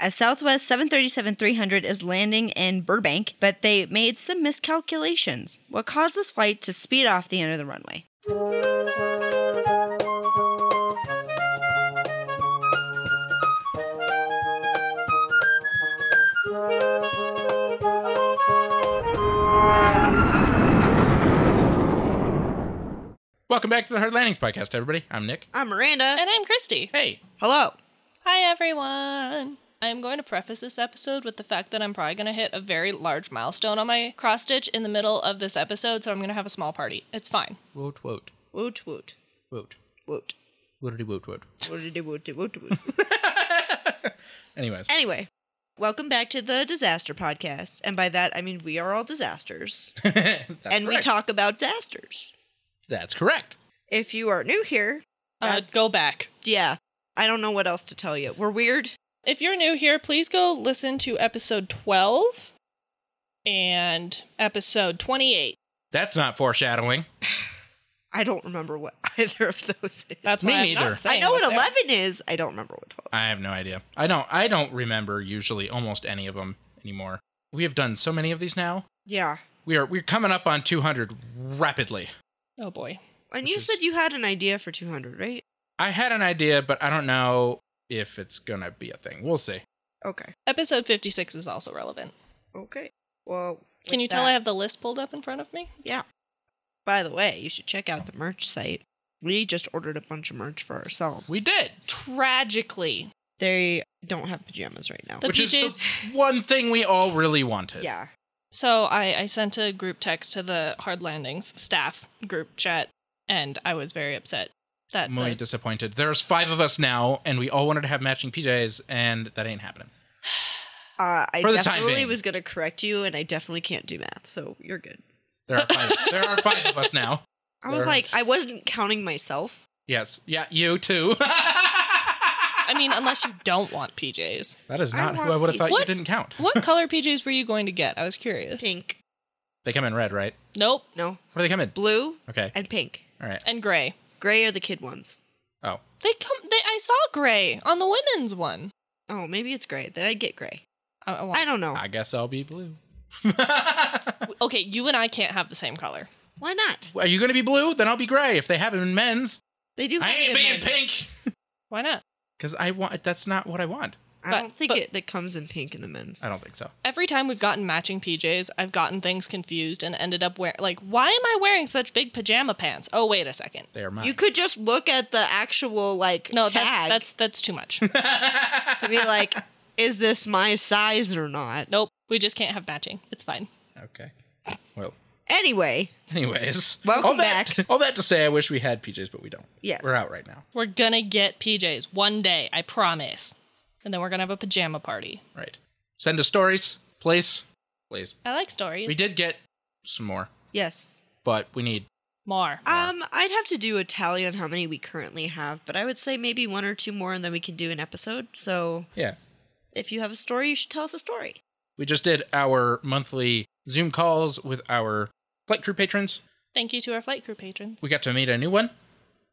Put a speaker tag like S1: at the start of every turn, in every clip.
S1: A Southwest 737 300 is landing in Burbank, but they made some miscalculations, what caused this flight to speed off the end of the runway.
S2: Welcome back to the Hard Landings Podcast, everybody. I'm Nick.
S1: I'm Miranda.
S3: And I'm Christy.
S2: Hey,
S1: Hello.
S3: Hi, everyone. I'm going to preface this episode with the fact that I'm probably going to hit a very large milestone on my cross stitch in the middle of this episode, so I'm going to have a small party. It's fine.
S2: woot woot
S1: Woot woot
S2: woot
S1: woot.
S2: wootity woot woot.
S1: Wootity woot woot woot.
S2: Anyways,
S1: Anyway, welcome back to the Disaster Podcast. And by that, I mean we are all disasters.
S2: That's
S1: and we
S2: correct.
S1: talk about disasters.
S2: That's correct.
S1: If you are new here,
S3: Uh, go back.
S1: yeah, I don't know what else to tell you. We're weird.
S3: If you're new here, please go listen to episode 12 and episode 28.
S2: That's not foreshadowing.
S1: I don't remember what either of those is.
S3: That's
S2: Me
S3: why I'm
S2: neither.
S3: not saying
S1: I know what
S3: what's there.
S1: 11 is. I don't remember what 12
S2: I have no idea. I don't. I don't remember usually almost any of them anymore. We have done so many of these now.
S1: Yeah.
S2: We are we're coming up on 200 rapidly.
S3: Oh, boy.
S1: And
S2: Which
S1: you
S2: is-
S1: said you had an idea for 200, right?
S2: I had an idea, but I don't know if it's gonna be a thing. We'll see.
S1: Okay.
S3: Episode 56 is also relevant.
S1: Okay. Well,
S3: Can
S1: with
S3: you tell I
S1: that-
S3: have the list pulled up in front of me?
S1: Yeah. By the way, you should check out the merch site. We just ordered a bunch of merch for ourselves.
S2: We did,
S3: Tragically,
S1: They don't have pajamas right now.
S3: The
S2: which is
S3: PJs.
S2: the one thing we all really wanted.
S1: yeah.
S3: So I, I sent a group text to the Hard Landings staff group chat, and I was very upset that
S2: I'm really
S3: the-
S2: disappointed. There's five of us now, and we all wanted to have matching PJs, and that ain't happening.
S1: Uh, I
S2: For the time
S1: definitely
S2: being.
S1: was going to correct you, and I definitely can't do math, so you're good.
S2: There are five. there are five of us now.
S1: I was
S2: There.
S1: like, I wasn't counting myself.
S2: Yes. Yeah. You too.
S3: I mean, unless you don't want PJs.
S2: that is
S1: I
S2: not who
S1: want
S2: I would have thought you
S3: What?
S2: didn't count.
S3: What color PJs were you going to get? I was curious.
S1: Pink,
S2: They come in red, right?
S3: Nope.
S1: no,
S2: What do they come in?
S1: blue
S2: Okay.
S1: and pink.
S2: All right.
S3: And gray.
S1: Gray are the kid ones.
S2: Oh,
S3: They come. They. I saw gray on the women's one.
S1: Oh, maybe it's gray. Then I get gray.
S3: I, I want-
S1: I don't know.
S2: I guess I'll be blue.
S3: okay, you and I can't have the same color.
S1: Why not?
S2: Are you gonna be blue? Then I'll be gray. If they have them in men's,
S1: They do.
S2: I
S1: have it
S2: ain't
S1: in
S2: being
S1: men's.
S2: pink.
S3: Why not?
S2: Because I want. That's not what I want.
S1: I
S3: But-
S1: don't think
S3: but-
S1: it that comes in pink in the men's.
S2: I don't think so.
S3: Every time we've gotten matching PJs, I've gotten things confused and ended up wearing like, why am I wearing such big pajama pants? Oh, wait a second.
S2: They are mine.
S1: You could just look at the actual like
S3: No,
S1: tag
S3: that's that's that's too much.
S1: to be like, is this my size or not?
S3: Nope, we just can't have matching. It's fine.
S2: okay. Well.
S1: Anyway,
S2: Anyways,
S1: Welcome
S2: all that,
S1: back.
S2: All that to say, I wish we had PJs, but we don't.
S1: Yes.
S2: we're out right now.
S3: We're gonna get PJs one day, I promise. And then we're gonna have a pajama party.
S2: Right. Send us stories, please, please.
S3: I like stories.
S2: We did get some more,
S1: yes.
S2: but we need
S3: more.
S1: Um, I'd have to do a tally on how many we currently have, but I would say maybe one or two more, and then we can do an episode. So
S2: yeah.
S1: if you have a story, you should tell us a story.
S2: We just did our monthly Zoom calls with our flight crew patrons.
S3: Thank you to our flight crew patrons.
S2: We got to meet a new one.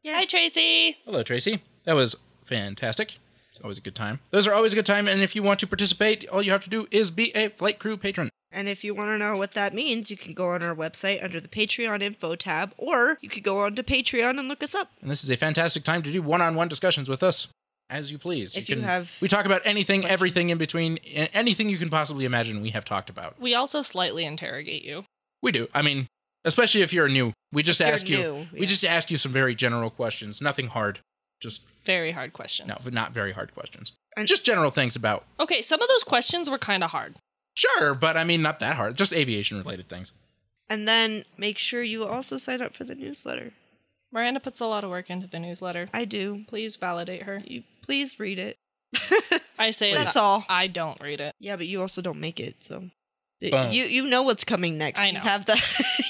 S3: Hi Tracy.
S2: Hello, Tracy. That was fantastic. It's always a good time. Those are always a good time, and if you want to participate, all you have to do is be a flight crew patron.
S1: And if you want to know what that means, you can go on our website under the Patreon info tab, or you could go on to Patreon and look us up.
S2: And this is a fantastic time to do one-on-one discussions with us, as you please.
S1: If you have
S2: we talk about anything, everything in between, a- anything you can possibly imagine. We have talked about.
S3: We also slightly interrogate you.
S2: We do. I mean, especially if you're new, we just
S1: If you're
S2: ask you.
S1: new,
S2: We
S1: yeah.
S2: just ask you some very general questions. Nothing hard. Just
S3: Very hard questions.
S2: no, but not very hard questions.
S1: And-
S2: just general things about.
S3: Okay, some of those questions were kinda hard.
S2: Sure, but I mean, not that hard. Just aviation related things.
S1: And then make sure you also sign up for the newsletter.
S3: Miranda puts a lot of work into the newsletter.
S1: I do.
S3: Please validate her.
S1: You please read it.
S3: I say
S1: That's
S3: that
S1: all.
S3: I don't read it.
S1: Yeah, but you also don't make it, so
S2: Boom.
S1: you you know what's coming next.
S3: I
S1: You
S3: know.
S1: have the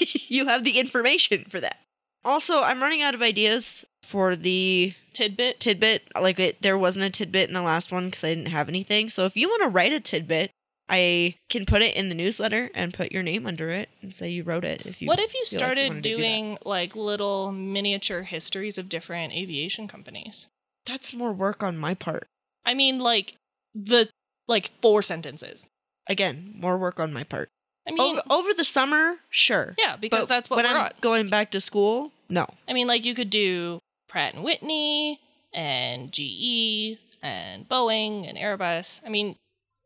S1: you have the information for that. Also, I'm running out of ideas for the
S3: Tidbit.
S1: tidbit. Like it, there wasn't a tidbit in the last one because I didn't have anything. So if you want to write a tidbit, I can put it in the newsletter and put your name under it and say you wrote it. If you
S3: What if you
S1: feel like
S3: started
S1: wanted to do that.
S3: doing like little miniature histories of different aviation companies?
S1: that's more work on my part.
S3: I mean, like the like four sentences.
S1: Again, more work on my part.
S3: I mean,
S1: over, over the summer, sure.
S3: yeah, because
S1: Oh, But
S3: that's what
S1: when
S3: we're
S1: I'm
S3: on.
S1: going back to school, no.
S3: I mean, like you could do Pratt and Whitney and GE and Boeing and Airbus. I mean,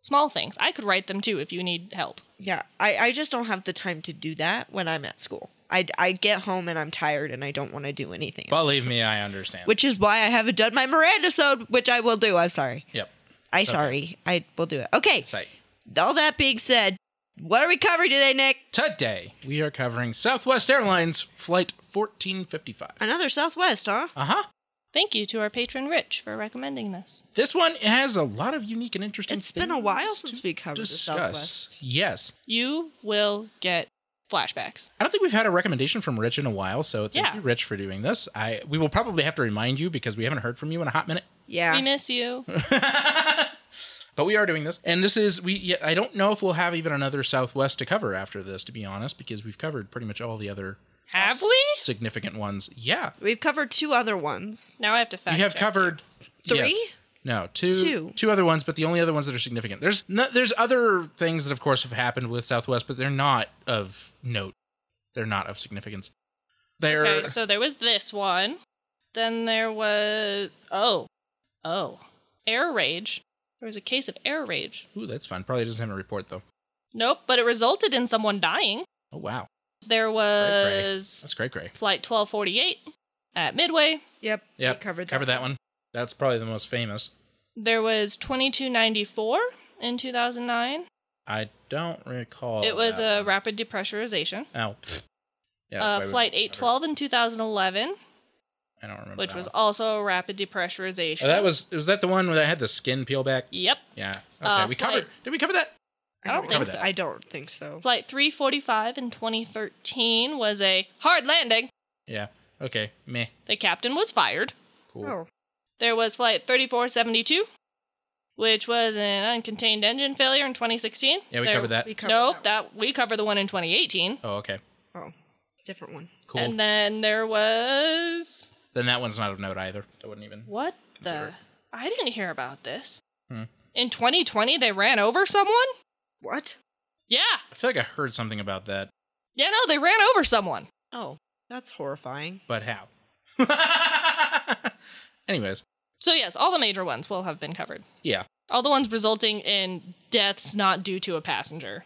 S3: small things. I could write them too if you need help.
S1: Yeah, I, I just don't have the time to do that when I'm at school. I, I get home and I'm tired and I don't want to do anything. else.
S2: Believe me, I understand.
S1: Which is why I haven't done my Miranda sode, which I will do. I'm sorry.
S2: yep.
S1: I
S2: Okay.
S1: sorry. I will do it. Okay.
S2: Site.
S1: All that being said, what are we covering today, Nick?
S2: Today, we are covering Southwest Airlines Flight 1455.
S1: Another Southwest, huh?
S2: Uh huh.
S3: Thank you to our patron Rich for recommending this.
S2: This one has a lot of unique and interesting
S1: It's been a while
S2: things
S1: since
S2: to
S1: we covered the Southwest.
S2: Yes.
S3: You will get flashbacks.
S2: I don't think we've had a recommendation from Rich in a while, so thank
S3: Yeah.
S2: you, Rich, for doing this. I we will probably have to remind you because we haven't heard from you in a hot minute.
S1: Yeah.
S3: We miss you.
S2: but we are doing this, and this is we. Yeah, I don't know if we'll have even another Southwest to cover after this, to be honest, because we've covered pretty much all the other
S3: Have we?
S2: significant ones. Yeah,
S1: We've covered two other ones.
S3: Now I have to fact
S2: we have
S3: check.
S2: covered
S1: Three?
S2: yes. No, two,
S1: Two.
S2: two other ones, but the only other ones that are significant. There's no, there's other things that, of course, have happened with Southwest, but they're not of note. They're not of significance. They're
S3: Okay, so there was this one. Then there was oh, oh, air rage. There was a case of air rage.
S2: ooh, that's fun. Probably doesn't have a report though.
S3: Nope, but it resulted in someone dying.
S2: Oh wow,
S3: There was
S2: that's great, Gray.
S3: flight 1248 at Midway.
S1: Yep.
S2: Yeah,
S1: We covered that.
S2: Cover that one. That's probably the most famous.
S3: There was 2294 in 2009.
S2: I don't recall.
S3: it was
S2: that
S3: a rapid depressurization.
S2: one. oh, pfft. yeah, that's
S3: uh,
S2: why we-
S3: flight 812 in 2011,
S2: I don't remember.
S3: which
S2: that
S3: was
S2: one.
S3: also a rapid depressurization.
S2: Oh, that was was that the one where I had the skin peel back?
S3: Yep.
S2: Yeah. Okay,
S3: Uh,
S2: we
S3: flight-
S2: covered. Did we cover that?
S3: I don't
S2: Cover
S3: think
S2: that.
S3: so.
S1: I don't think so.
S3: Flight 345 in 2013 was a hard landing.
S2: Yeah. Okay. Meh.
S3: The captain was fired.
S2: Cool.
S1: Oh.
S3: There was flight 3472, which was an uncontained engine failure in 2016.
S2: Yeah, we
S3: There-
S2: covered that.
S1: We covered
S3: Nope, that we covered the one in 2018.
S2: Oh, okay.
S1: Oh, different one.
S2: Cool.
S3: And then there was
S2: then that one's not of note either. That wouldn't even.
S3: what the?
S2: Consider.
S3: I didn't hear about this.
S2: Hmm.
S3: In 2020, they ran over someone.
S1: What?
S3: Yeah,
S2: I feel like I heard something about that,
S3: yeah, no, they ran over someone.
S1: Oh, that's horrifying.
S2: but how? Anyways,
S3: So yes, all the major ones will have been covered.
S2: yeah.
S3: All the ones resulting in deaths not due to a passenger.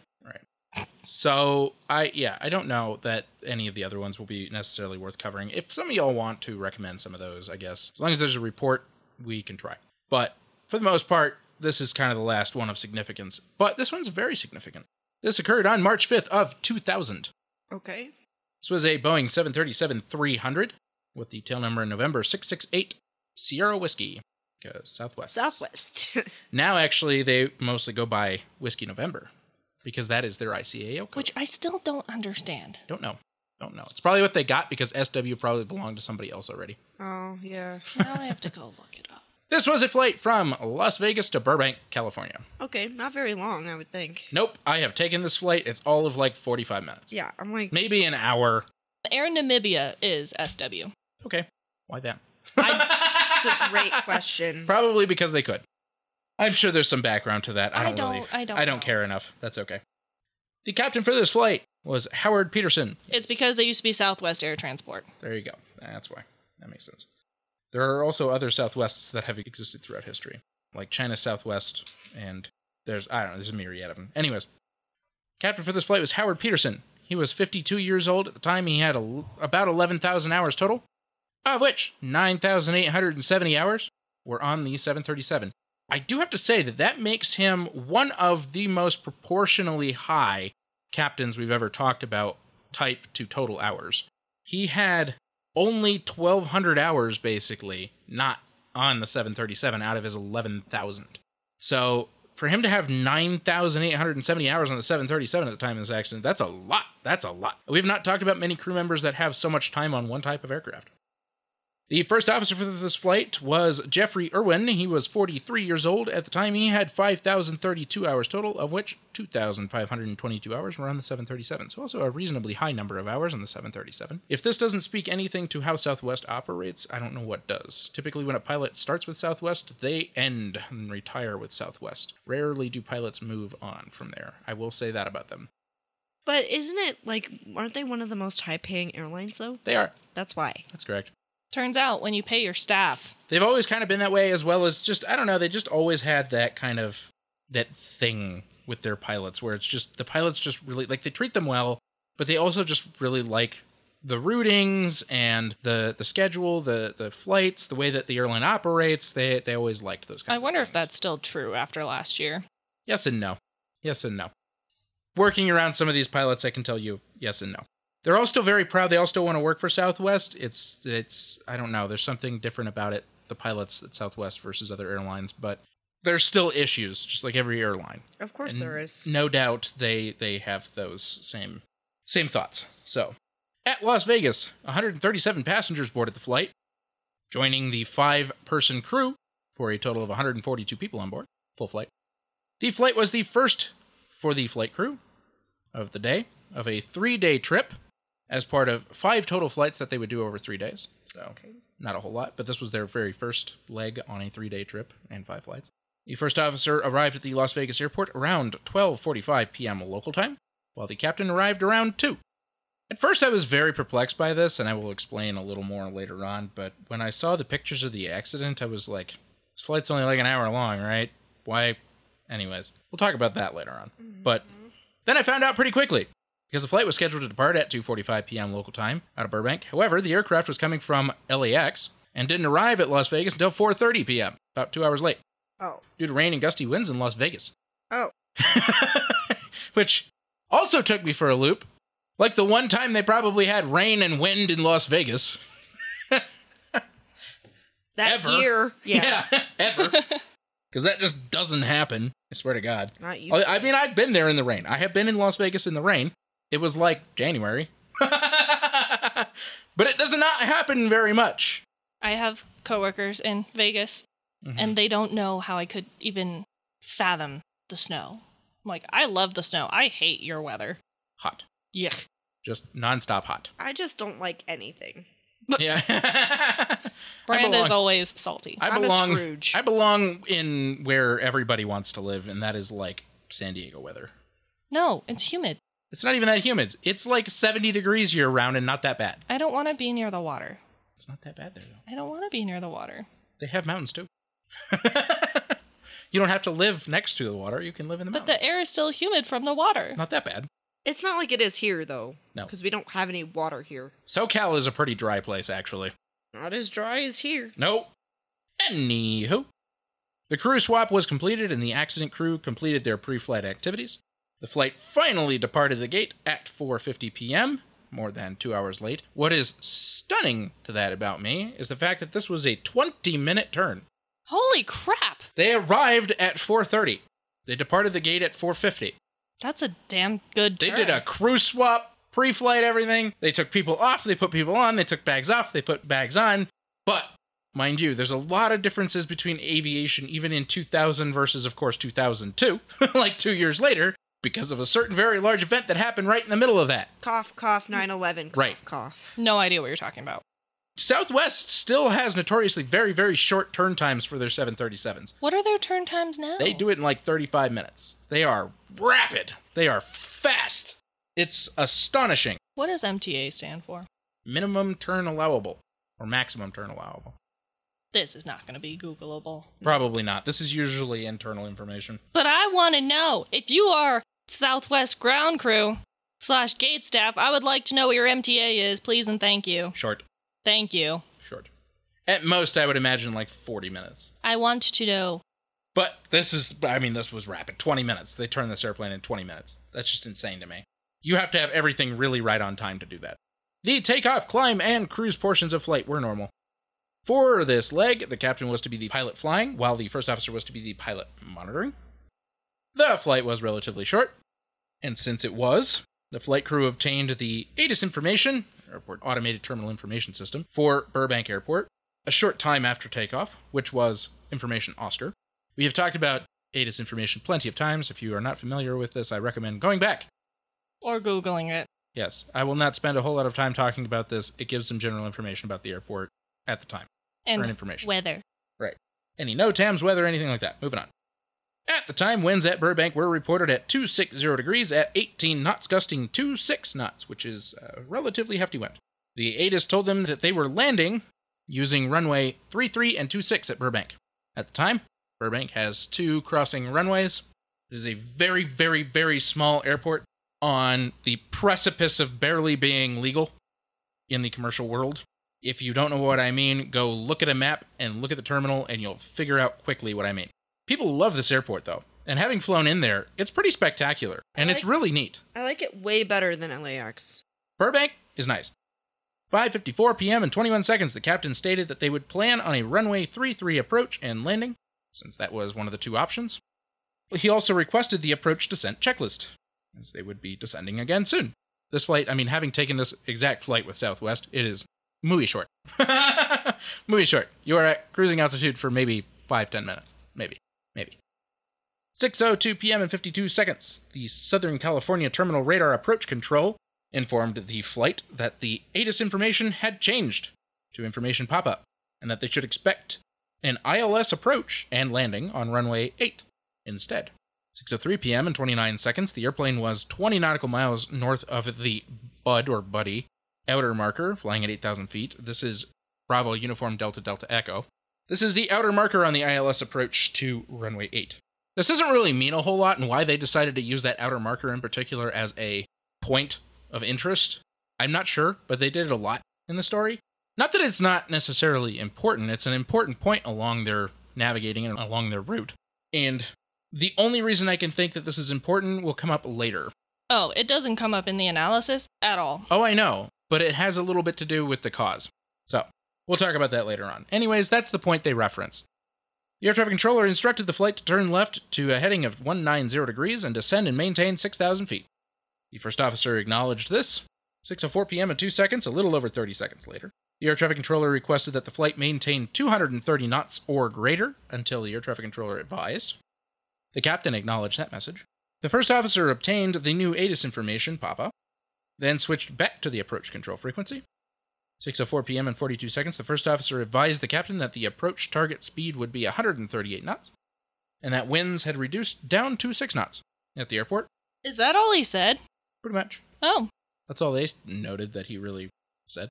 S2: So I yeah I don't know that any of the other ones will be necessarily worth covering. If some of y'all want to recommend some of those, I guess as long as there's a report, we can try. But for the most part, this is kind of the last one of significance. But this one's very significant. This occurred on March 5th of 2000.
S1: Okay.
S2: This was a Boeing 737-300 with the tail number in November 668 Sierra Whiskey, uh, Southwest.
S1: Southwest.
S2: Now actually they mostly go by Whiskey November because that is their ICAO code.
S3: Which I still don't understand.
S2: Don't know. Don't know. It's probably what they got because SW probably belonged to somebody else already.
S1: oh, yeah.
S3: Now I have to go look it up.
S2: This was a flight from Las Vegas to Burbank, California.
S1: Okay, not very long, I would think.
S2: Nope, I have taken this flight. It's all of like 45 minutes,
S1: Yeah, I'm like,
S2: maybe an hour.
S3: Air Namibia is SW.
S2: Okay, why that?
S1: that's a great
S3: Mm-hmm.
S1: question.
S2: Probably because they could. I'm sure there's some background to that. I
S3: I
S2: don't,
S3: don't-
S2: really,
S3: I don't
S2: I don't
S3: know.
S2: care enough. That's okay. The captain for this flight was Howard Peterson.
S3: It's because they used to be Southwest Air Transport.
S2: There you go. That's why. That makes sense. There are also other Southwests that have existed throughout history, like China Southwest, and there's, I don't know, there's a myriad of them. Anyways, captain for this flight was Howard Peterson. He was 52 years old at the time. He had a, about 11,000 hours total, of which 9,870 hours were on the 737. I do have to say that that makes him one of the most proportionally high captains we've ever talked about, type to total hours he had only 1200 hours basically not on the 737 out of his 11000 so for him to have 9870 hours on the 737 at the time of this accident that's a lot that's a lot we've not talked about many crew members that have so much time on one type of aircraft The first officer for this flight was Jeffrey Irwin. He was 43 years old at the time. He had 5,032 hours total, of which 2,522 hours were on the 737. So, also a reasonably high number of hours on the 737. If this doesn't speak anything to how Southwest operates, I don't know what does. Typically, when a pilot starts with Southwest, they end and retire with Southwest. Rarely do pilots move on from there. I will say that about them.
S1: But isn't it like, aren't they one of the most high paying airlines though?
S2: They are.
S1: That's why.
S2: That's correct.
S3: Turns out when you pay your staff,
S2: they've always kind of been that way as well as just i don't know they just always had that kind of that thing with their pilots where it's just the pilots just really like they treat them well but they also just really like the routings and the the schedule the the flights the way that the airline operates they they always liked those kinds
S3: I
S2: of
S3: wonder if
S2: things.
S3: that's still true after last year.
S2: yes and no yes and no working around some of these pilots i can tell you yes and no they're all still very proud they all still want to work for southwest it's it's i don't know there's something different about it the pilots at southwest versus other airlines but there's still issues just like every airline
S1: Of course
S2: and
S1: there is.
S2: No doubt they they have those same same thoughts. So, at Las Vegas, 137 passengers boarded the flight, joining the five-person crew for a total of 142 people on board, full flight. The flight was the first for the flight crew of the day of a 3-day trip as part of five total flights that they would do over 3 days. So, not a whole lot, but this was their very first leg on a 3-day trip and five flights. The first officer arrived at the Las Vegas airport around 12:45 p.m. local time, while the captain arrived around 2. At first I was very perplexed by this and I will explain a little more later on, but when I saw the pictures of the accident, I was like, this flight's only like an hour long, right? Why anyways, we'll talk about that later on. But then I found out pretty quickly because the flight was scheduled to depart at 2:45 p.m. local time out of Burbank. However, the aircraft was coming from LAX and didn't arrive at Las Vegas until 4:30 p.m., about 2 hours late
S1: Oh.
S2: due to rain and gusty winds in Las Vegas.
S1: Oh.
S2: Which also took me for a loop. Like the one time they probably had rain and wind in Las Vegas.
S1: That
S2: Ever.
S1: year. Yeah.
S2: ever. Because that just doesn't happen. I swear to God.
S1: Not you.
S2: I I mean, I've been there in the rain. I have been in Las Vegas in the rain. It was like January. but it does not happen very much.
S3: I have coworkers in Vegas
S2: Mhm.
S3: and they don't know how I could even fathom the snow. I'm like, I love the snow. I hate your weather.
S2: hot.
S3: Yeah.
S2: Just nonstop hot.
S1: I just don't like anything.
S2: Yeah.
S3: Brand
S2: belong-
S3: is always salty.
S2: I
S1: I'm a
S2: belong.
S1: Scrooge.
S2: I belong in where everybody wants to live, and that is like San Diego weather.
S3: no, it's humid.
S2: It's not even that humid. It's like 70 degrees year round, and not that bad.
S3: I don't want to be near the water.
S2: It's not that bad there though.
S3: I don't want to be near the water.
S2: They have mountains too. you don't have to live next to the water. You can live in the
S3: But
S2: mountains.
S3: the air is still humid from the water.
S2: Not that bad.
S1: It's not like it is here though.
S2: No.
S1: Because we don't have any water here.
S2: SoCal is a pretty dry place, actually.
S1: Not as dry as here.
S2: No. Anywho. The crew swap was completed and the accident crew completed their pre-flight activities. The flight finally departed the gate at 4:50 p.m., more than 2 hours late. What is stunning to that about me is the fact that this was a 20-minute turn.
S3: Holy crap!
S2: They arrived at 4:30. They departed the gate at 4:50.
S3: That's a damn good
S2: They
S3: turn.
S2: did a crew swap, pre-flight everything. They took people off, they put people on, they took bags off, they put bags on. But mind you, there's a lot of differences between aviation even in 2000 versus of course 2002, like 2 years later because of a certain very large event that happened right in the middle of that.
S1: Cough, cough, 911. Cough,
S2: Right.
S1: Cough.
S3: No idea what you're talking about.
S2: Southwest still has notoriously very very short turn times for their 737s.
S3: What are their turn times now?
S2: They do it in like 35 minutes. They are rapid. They are fast. It's astonishing.
S3: What does MTA stand for?
S2: Minimum turn allowable or maximum turn allowable.
S3: This is not going to be Googleable.
S2: Probably not. This is usually internal information.
S3: But I want to know if you are Southwest ground crew slash gate staff. I would like to know what your MTA is, please and thank you.
S2: Short.
S3: Thank you.
S2: Short. At most, I would imagine like 40 minutes.
S3: I want to know.
S2: But this is, I mean, this was rapid. 20 minutes. They turned this airplane in 20 minutes. That's just insane to me. You have to have everything really right on time to do that. The takeoff, climb, and cruise portions of flight were normal. For this leg, the captain was to be the pilot flying, while the first officer was to be the pilot monitoring. The flight was relatively short, and since it was, the flight crew obtained the ATIS information, Airport Automated Terminal Information System, for Burbank Airport, a short time after takeoff, which was Information Oster. We have talked about ATIS information plenty of times. If you are not familiar with this, I recommend going back.
S3: Or Googling it.
S2: Yes, I will not spend a whole lot of time talking about this. It gives some general information about the airport at the time.
S3: And
S2: Current information.
S3: weather.
S2: Any no TAMS, weather, anything like that. Moving on. At the time, winds at Burbank were reported at 260 degrees at 18 knots, gusting 26 knots, which is a relatively hefty wind. The ATIS told them that they were landing using runway 33 and 26 at Burbank. At the time, Burbank has two crossing runways. It is a very, very, very small airport on the precipice of barely being legal in the commercial world. If you don't know what I mean, go look at a map and look at the terminal, and you'll figure out quickly what I mean. People love this airport, though. And having flown in there, it's pretty spectacular, and it's
S1: like-
S2: really neat.
S1: I like it way better than LAX.
S2: Burbank is nice. 5:54 p.m. and 21 seconds, the captain stated that they would plan on a runway 33 approach and landing, since that was one of the two options. He also requested the approach descent checklist, as they would be descending again soon. This flight, I mean, having taken this exact flight with Southwest, it is muy short. muy short. You are at cruising altitude for maybe five, ten minutes, maybe, maybe. 6:02 p.m. and 52 seconds, the Southern California Terminal Radar Approach Control informed the flight that the ATIS information had changed to information pop up, and that they should expect an ILS approach and landing on runway 8 instead. 6:03 p.m. and 29 seconds, the airplane was 20 nautical miles north of the Bud or Buddy outer marker, flying at 8,000 feet. This is Bravo Uniform Delta Delta Echo. This is the outer marker on the ILS approach to runway 8. This doesn't really mean a whole lot, and why they decided to use that outer marker in particular as a point of interest. I'm not sure, but they did it a lot in the story. Not that it's not necessarily important, it's an important point along their navigating and along their route. And the only reason I can think that this is important will come up later.
S3: Oh, it doesn't come up in the analysis at all.
S2: Oh, I know, but it has a little bit to do with the cause. So, we'll talk about that later on. Anyways, that's the point they reference. The air traffic controller instructed the flight to turn left to a heading of 190 degrees and descend and maintain 6,000 feet. The first officer acknowledged this. 6:04 p.m. and 2 seconds, a little over 30 seconds later. The air traffic controller requested that the flight maintain 230 knots or greater until the air traffic controller advised. The captain acknowledged that message. The first officer obtained the new ATIS information pop-up, then switched back to the approach control frequency. 6:04 p.m. and 42 seconds, the first officer advised the captain that the approach target speed would be 138 knots, and that winds had reduced down to 6 knots at the airport,
S3: Is that all he said?
S2: pretty much.
S3: Oh,
S2: That's all they s- noted that he really said.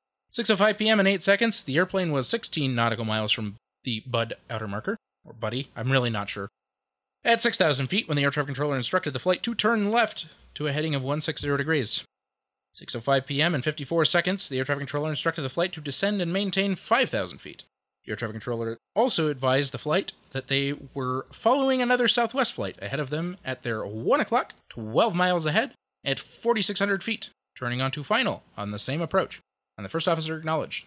S2: 6:05 p.m. and 8 seconds, the airplane was 16 nautical miles from the Bud outer marker or Buddy. I'm really not sure. At 6,000 feet, when the air traffic controller instructed the flight to turn left to a heading of 160 degrees. 6:05 p.m. and 54 seconds, the air traffic controller instructed the flight to descend and maintain 5,000 feet. The air traffic controller also advised the flight that they were following another Southwest flight ahead of them at their 1 o'clock, 12 miles ahead, at 4,600 feet, turning onto final on the same approach, and the first officer acknowledged.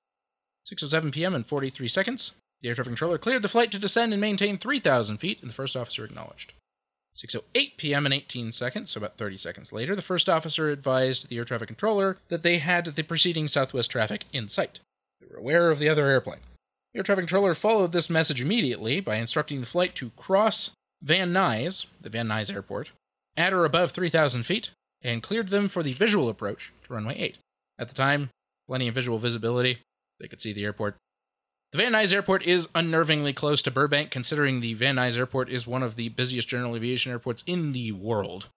S2: 6.07 p.m. and 43 seconds, the air traffic controller cleared the flight to descend and maintain 3,000 feet, and the first officer acknowledged. 6.08 p.m. and 18 seconds, so about 30 seconds later, the first officer advised the air traffic controller that they had the preceding southwest traffic in sight. They were aware of the other airplane. The air traffic controller followed this message immediately by instructing the flight to cross Van Nuys, the Van Nuys airport, at or above 3,000 feet, and cleared them for the visual approach to runway 8. At the time, plenty of visual visibility. They could see the airport. The Van Nuys Airport is unnervingly close to Burbank, considering the Van Nuys Airport is one of the busiest general aviation airports in the world.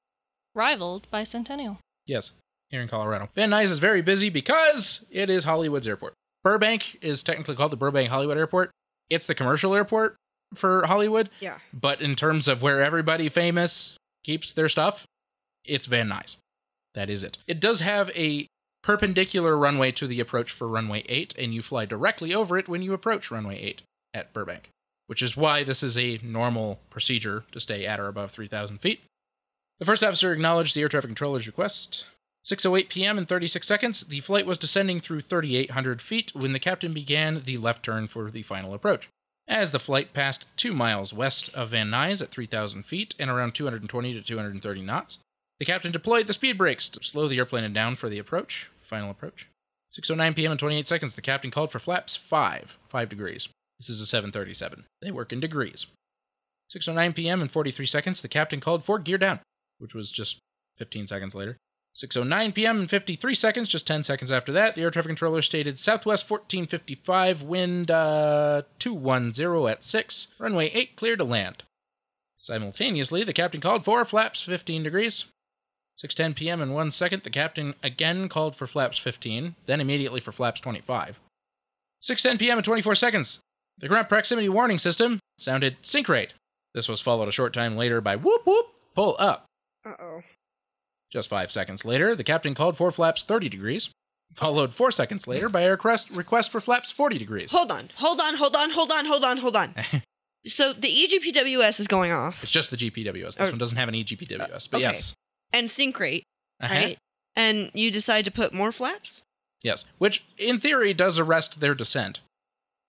S3: rivaled by Centennial.
S2: Yes, here in Colorado. Van Nuys is very busy because it is Hollywood's airport. Burbank is technically called the Burbank Hollywood Airport. It's the commercial airport for Hollywood,
S1: Yeah.
S2: but in terms of where everybody famous keeps their stuff, it's Van Nuys. That is it. It does have a perpendicular runway to the approach for runway 8, and you fly directly over it when you approach runway 8 at Burbank, which is why this is a normal procedure to stay at or above 3,000 feet. The first officer acknowledged the air traffic controller's request. 6:08 p.m. and 36 seconds, the flight was descending through 3,800 feet when the captain began the left turn for the final approach. As the flight passed two miles west of Van Nuys at 3,000 feet and around 220 to 230 knots, the captain deployed the speed brakes to slow the airplane down for the approach, oh final approach. 6:09 p.m. and 28 seconds. The captain called for flaps five, five degrees. This is a 737. They work in degrees. 6:09 p.m. and 43 seconds. The captain called for gear down, which was just 15 seconds later. 6:09 p.m. and 53 seconds. Just 10 seconds after that, the air traffic controller stated southwest 1455, wind uh, 210 at 6, runway 8 clear to land. Simultaneously, the captain called for flaps 15 degrees. 6:10 p.m. in 1 second, the captain again called for flaps 15, then immediately for flaps 25. 6:10 p.m. in 24 seconds, the ground proximity warning system sounded sync rate. This was followed a short time later by whoop whoop pull up.
S1: Uh oh.
S2: Just 5 seconds later, the captain called for flaps 30 degrees, followed 4 seconds later by a request request for flaps 40 degrees.
S1: Hold on. Hold on. Hold on. Hold on. Hold on. Hold on. so the E EGPWS is going off
S2: It's just the GPWS. This
S1: Oh.
S2: one doesn't have any GPWS, but
S1: okay.
S2: yes.
S1: and sync rate,
S2: Uh-huh.
S1: right? And you decide to put more flaps?
S2: Yes, which in theory does arrest their descent.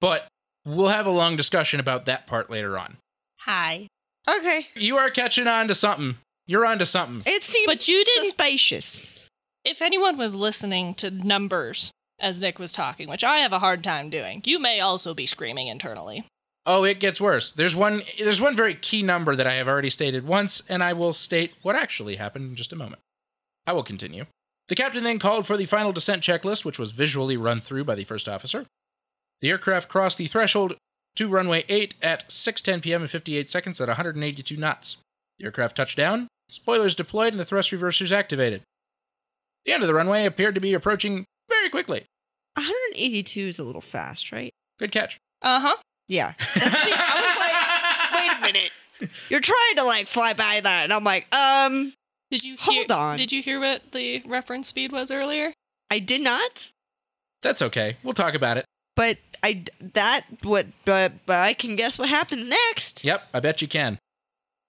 S2: But we'll have a long discussion about that part later on.
S3: Hi.
S1: Okay.
S2: You are catching on to something. You're on to something.
S1: It seems
S3: But you didn't-
S1: spacious.
S3: If anyone was listening to numbers as Nick was talking, which I have a hard time doing, you may also be screaming internally.
S2: Oh, it gets worse. There's one there's one very key number that I have already stated once and I will state what actually happened in just a moment. I will continue. The captain then called for the final descent checklist which was visually run through by the first officer. The aircraft crossed the threshold to runway 8 at 6:10 p.m. and 58 seconds at 182 knots. The aircraft touched down, spoilers deployed and the thrust reversers activated. The end of the runway appeared to be approaching very quickly.
S1: 182 is a little fast, right?
S2: Good catch.
S3: Uh huh.
S1: Yeah. I was like, wait a minute. You're trying to like fly by that. And I'm like, um,
S3: Did you
S1: Hold
S3: hear,
S1: on.
S3: Did you hear what the reference speed was earlier?
S1: I did not,
S2: That's okay. We'll talk about it.
S1: but I, d- that, what, but, but I can guess what happens next.
S2: Yep, I bet you can.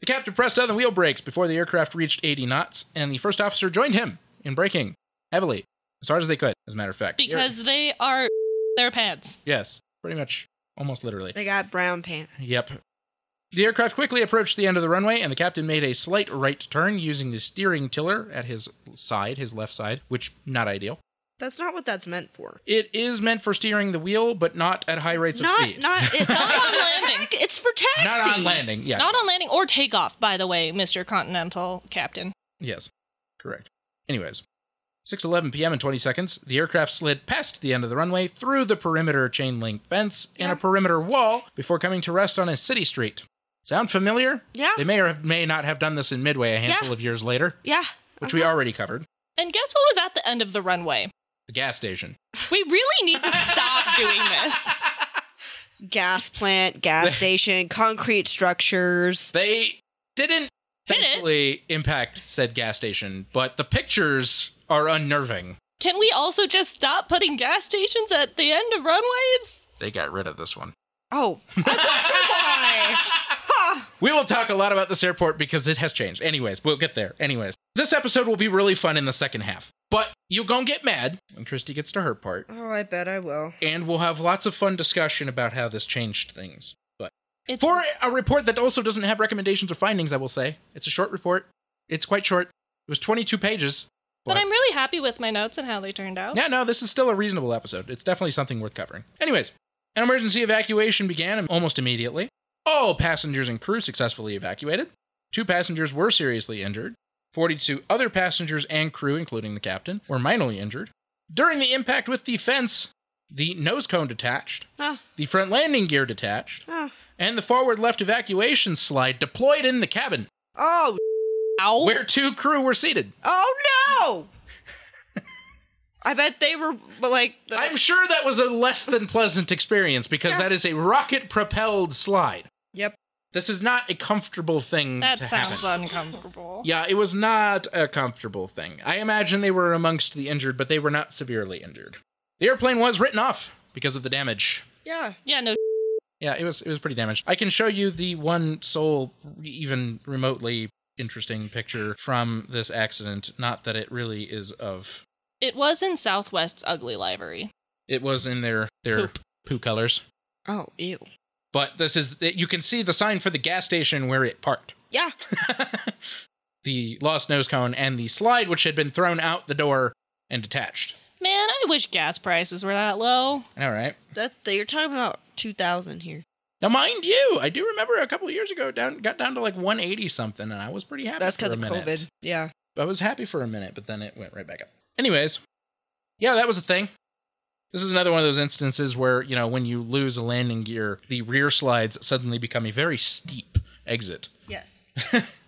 S2: The captain pressed on the wheel brakes before the aircraft reached 80 knots, and the first officer joined him in braking heavily, as hard as they could, as a matter of fact. The air-
S3: Because they are their pants.
S2: yes, pretty much, almost literally.
S1: They got brown pants.
S2: Yep. The aircraft quickly approached the end of the runway, and the captain made a slight right turn using the steering tiller at his side, his left side, which not ideal.
S1: That's not what that's meant for.
S2: It is meant for steering the wheel, but not at high rates
S1: Not,
S2: of speed.
S1: not, it's
S3: Not on
S1: for
S3: landing.
S1: tac- It's for taxi.
S2: Not on landing. Yeah.
S3: Not on landing or takeoff, by the way, Mr. Continental Captain.
S2: Yes, correct. Anyways, 6:11 p.m. in 20 seconds, the aircraft slid past the end of the runway through the perimeter chain link fence and
S1: Yeah.
S2: a perimeter wall before coming to rest on a city street. Sound familiar?
S1: Yeah.
S2: They may or have- may not have done this in Midway a handful
S1: Yeah.
S2: of years later,
S1: Yeah. Uh-huh.
S2: which we already covered.
S3: And guess what was at the end of the runway?
S2: The gas station.
S3: We really need to stop doing this.
S1: Gas plant, gas station, concrete structures.
S2: They didn't
S3: Did it?
S2: thankfully impact said gas station, but the pictures are unnerving.
S3: Can we also just stop putting gas stations at the end of runways?
S2: They got rid of this one.
S1: Oh, I wonder why. Huh.
S2: We will talk a lot about this airport because it has changed. Anyways, we'll get there. Anyways, this episode will be really fun in the second half, but you're going to get mad when Christy gets to her part,
S1: Oh, I bet I will.
S2: and we'll have lots of fun discussion about how this changed things. But
S3: It's
S2: for a report that also doesn't have recommendations or findings, I will say it's a short report. It's quite short. It was 22 pages.
S3: But I'm really happy with my notes and how they turned
S1: Oh.
S3: out.
S2: Yeah, no, this is still a reasonable episode. It's definitely something worth covering. Anyways, an emergency evacuation began almost immediately. All passengers and crew successfully evacuated. Two passengers were seriously injured. 42 other passengers and crew, including the captain, were minorly injured. During the impact with the fence, the nose cone detached,
S1: Ah,
S2: the front landing gear detached,
S1: ah.
S2: and the forward left evacuation slide deployed in the cabin,
S1: Oh,
S3: Ow.
S2: where two crew were seated.
S1: oh no! I bet they were but like. the-
S2: I'm sure that was a less than pleasant experience because
S1: Yeah.
S2: that is a rocket propelled slide.
S1: yep.
S2: This is not a comfortable thing
S3: that
S2: to
S3: sounds
S2: happen.
S3: uncomfortable.
S2: yeah, it was not a comfortable thing. I imagine they were amongst the injured, but they were not severely injured. The airplane was written off because of the damage.
S1: Yeah.
S3: Yeah, no.
S2: Yeah, it was it was pretty damaged. I can show you the one sole even remotely interesting picture from this accident, not that it really is of
S3: It was in Southwest's ugly livery.
S2: it was in their their
S3: Poop.
S2: poo colors.
S1: Oh, ew.
S2: But this is you can see the sign for the gas station where it parked.
S1: Yeah.
S2: the lost nose cone and the slide, which had been thrown out the door and detached.
S3: Man, I wish gas prices were that low.
S2: All right.
S1: That you're talking about 2000 here.
S2: Now, mind you, I do remember a couple years ago down got down to like 180 something, and I was pretty happy.
S1: That's
S2: because
S1: because of COVID. Yeah.
S2: I was happy for a minute, but then it went right back up. Anyways, yeah, that was a thing. This is another one of those instances where, you know, when you lose a landing gear, the rear slides suddenly become a very steep exit
S1: Yes.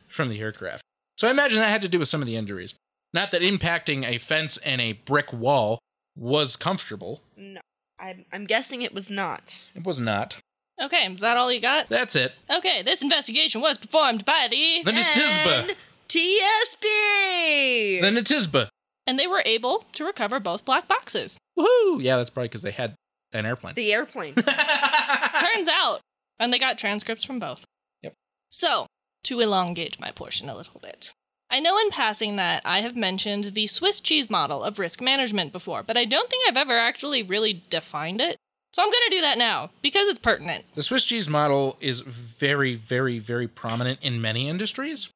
S2: from the aircraft. So I imagine that had to do with some of the injuries. Not that impacting a fence and a brick wall was comfortable.
S1: No, I'm, I'm guessing it was not.
S2: It was not.
S3: Okay, is that all you got?
S2: That's it.
S3: Okay, this investigation was performed by the.
S2: The Natisba.
S1: And TSB.
S2: The Natisba.
S3: And they were able to recover both black boxes.
S2: Woohoo! Yeah, that's probably because they had an airplane.
S1: the airplane.
S3: Turns out. And they got transcripts from both.
S2: Ah. Yep.
S3: So, to elongate my portion a little bit. I know in passing that I have mentioned the Swiss cheese model of risk management before, but I don't think I've ever actually really defined it. So I'm going to do that now because it's pertinent.
S2: the Swiss cheese model is very, very, very prominent in many industries.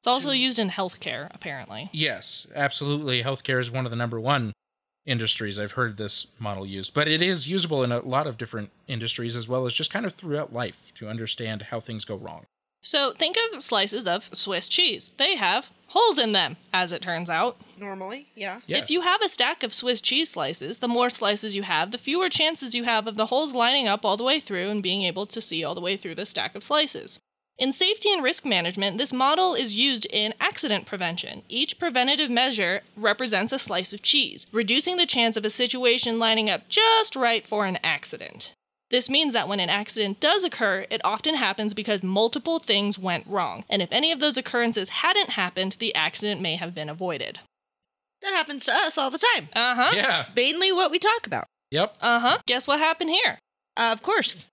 S3: It's also used in healthcare, apparently.
S2: Yes, absolutely. Healthcare is one of the number one industries I've heard this model used, but it is usable in a lot of different industries as well as just kind of throughout life to understand how things go wrong.
S3: So think of slices of Swiss cheese. They have holes in them, as it turns out.
S1: Normally, yeah.
S2: Yes.
S3: If you have a stack of Swiss cheese slices, the more slices you have, the fewer chances you have of the holes lining up all the way through and being able to see all the way through the stack of slices. In safety and risk management, this model is used in accident prevention. Each preventative measure represents a slice of cheese, reducing the chance of a situation lining up just right for an accident. This means that when an accident does occur, it often happens because multiple things went wrong, and if any of those occurrences hadn't happened, the accident may have been avoided.
S1: That happens to us all the time.
S3: Uh huh.
S2: yeah.
S1: Mainly what we talk about.
S2: Yep.
S3: Uh huh. Guess what happened here?
S1: Uh, of course.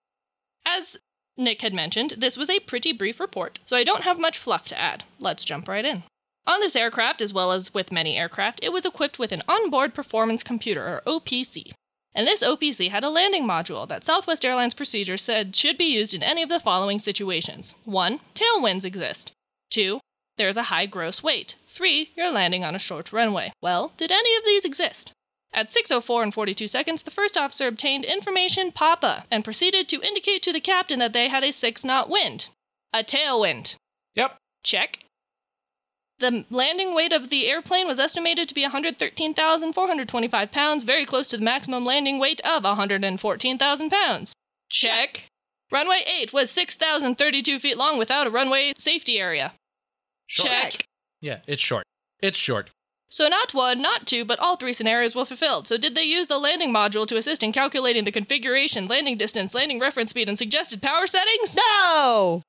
S3: As Nick had mentioned, this was a pretty brief report, so I don't have much fluff to add. Let's jump right in. On this aircraft, as well as with many aircraft, it was equipped with an onboard performance computer, or OPC. And this OPC had a landing module that Southwest Airlines procedure said should be used in any of the following situations 1. Tailwinds exist. 2. There's a high gross weight. 3. You're landing on a short runway. Well, did any of these exist? At 6:04 and 42 seconds, the first officer obtained information Papa and proceeded to indicate to the captain that they had a 6-knot wind, a tailwind.
S2: Yep.
S3: Check. The landing weight of the airplane was estimated to be 113,425 pounds, very close to the maximum landing weight of 114,000 pounds. Check. Runway 8 was 6,032 feet long without a runway safety area. Check.
S2: Yeah, it's short. It's short.
S3: So not one, not two, but all three scenarios were fulfilled. So did they use the landing module to assist in calculating the configuration, landing distance, landing reference speed, and suggested power settings?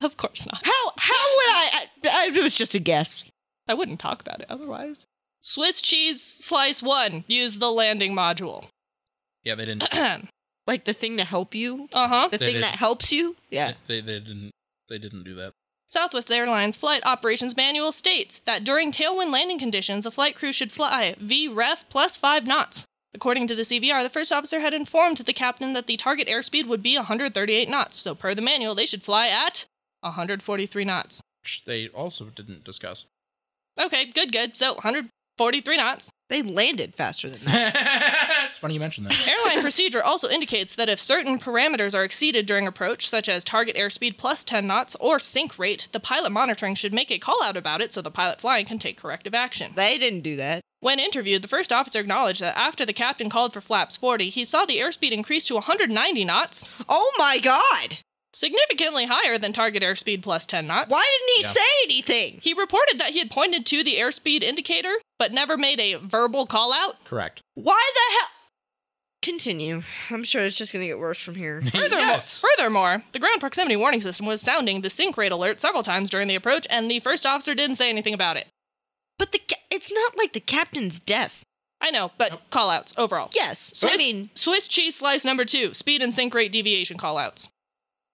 S1: No.
S3: Of course not.
S1: How how would I, I? It was just a guess.
S3: I wouldn't talk about it otherwise. Swiss cheese slice one. Use the landing module.
S2: Yeah, they didn't.
S3: uh
S1: Like the thing to help you,
S3: huh.
S1: the
S2: They
S1: thing
S2: did.
S1: that helps you. Yeah.
S2: they, they didn't. They didn't do that.
S3: Southwest Airlines Flight Operations Manual states that during tailwind landing conditions, a flight crew should fly VREF plus 5 knots. According to the CBR, the first officer had informed the captain that the target airspeed would be 138 knots, so per the manual, they should fly at 143 knots.
S2: Which they also didn't discuss.
S3: Okay, good, good. So 143 knots.
S1: They landed faster than that.
S2: it's funny you mentioned that.
S3: Airline procedure also indicates that if certain parameters are exceeded during approach, such as target airspeed plus 10 knots or sink rate, the pilot monitoring should make a call out about it so the pilot flying can take corrective action.
S1: They didn't do that.
S3: When interviewed, the first officer acknowledged that after the captain called for flaps 40, he saw the airspeed increase to 190 knots,
S1: Oh my god!
S3: significantly higher than target airspeed plus 10 knots.
S1: Why didn't he
S2: Yeah.
S1: say anything?
S3: He reported that he had pointed to the airspeed indicator, but never made a verbal call out.
S2: Correct.
S1: Why the hell? Continue. I'm sure it's just gonna get worse from here.
S3: Furthermore,
S2: Yes.
S3: furthermore, the ground proximity warning system was sounding the sink rate alert several times during the approach, and the first officer didn't say anything about it.
S1: But the ca- it's not like the captain's deaf.
S3: I know, but call outs overall.
S1: Yes. I mean,
S3: Swiss cheese slice number two, speed and sink rate deviation callouts.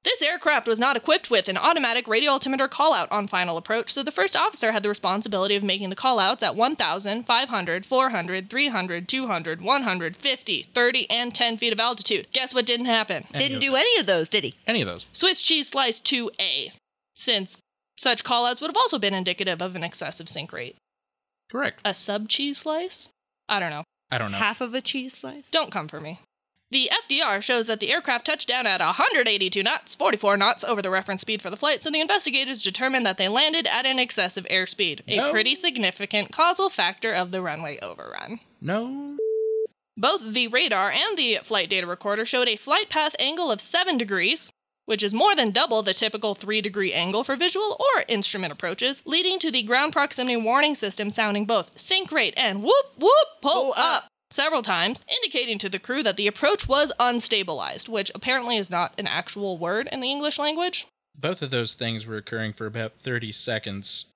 S3: This aircraft was not equipped with an automatic radio altimeter callout on final approach, so the first officer had the responsibility of making the callouts at 1,000, 500, 400, 300, 200, 150, 30, and 10 feet of altitude. Guess what didn't happen?
S2: Any
S1: didn't
S2: of
S1: do any of those, did he?
S2: Any of those.
S3: Swiss cheese slice 2A, since such callouts would have also been indicative of an excessive sink rate.
S2: Correct.
S3: A sub cheese slice? I don't know.
S2: I don't know.
S1: Half of a cheese slice.
S3: Don't come for me. The FDR shows that the aircraft touched down at 182 knots, 44 knots over the reference speed for the flight, so the investigators determined that they landed at an excessive airspeed, a
S2: No.
S3: pretty significant causal factor of the runway overrun.
S2: No.
S3: Both the radar and the flight data recorder showed a flight path angle of 7 degrees, which is more than double the typical 3 degree angle for visual or instrument approaches, leading to the ground proximity warning system sounding both sync rate and whoop whoop pull up several times, indicating to the crew that the approach was unstabilized, which apparently is not an actual word in the English language.
S2: Both of those things were occurring for about 30 seconds.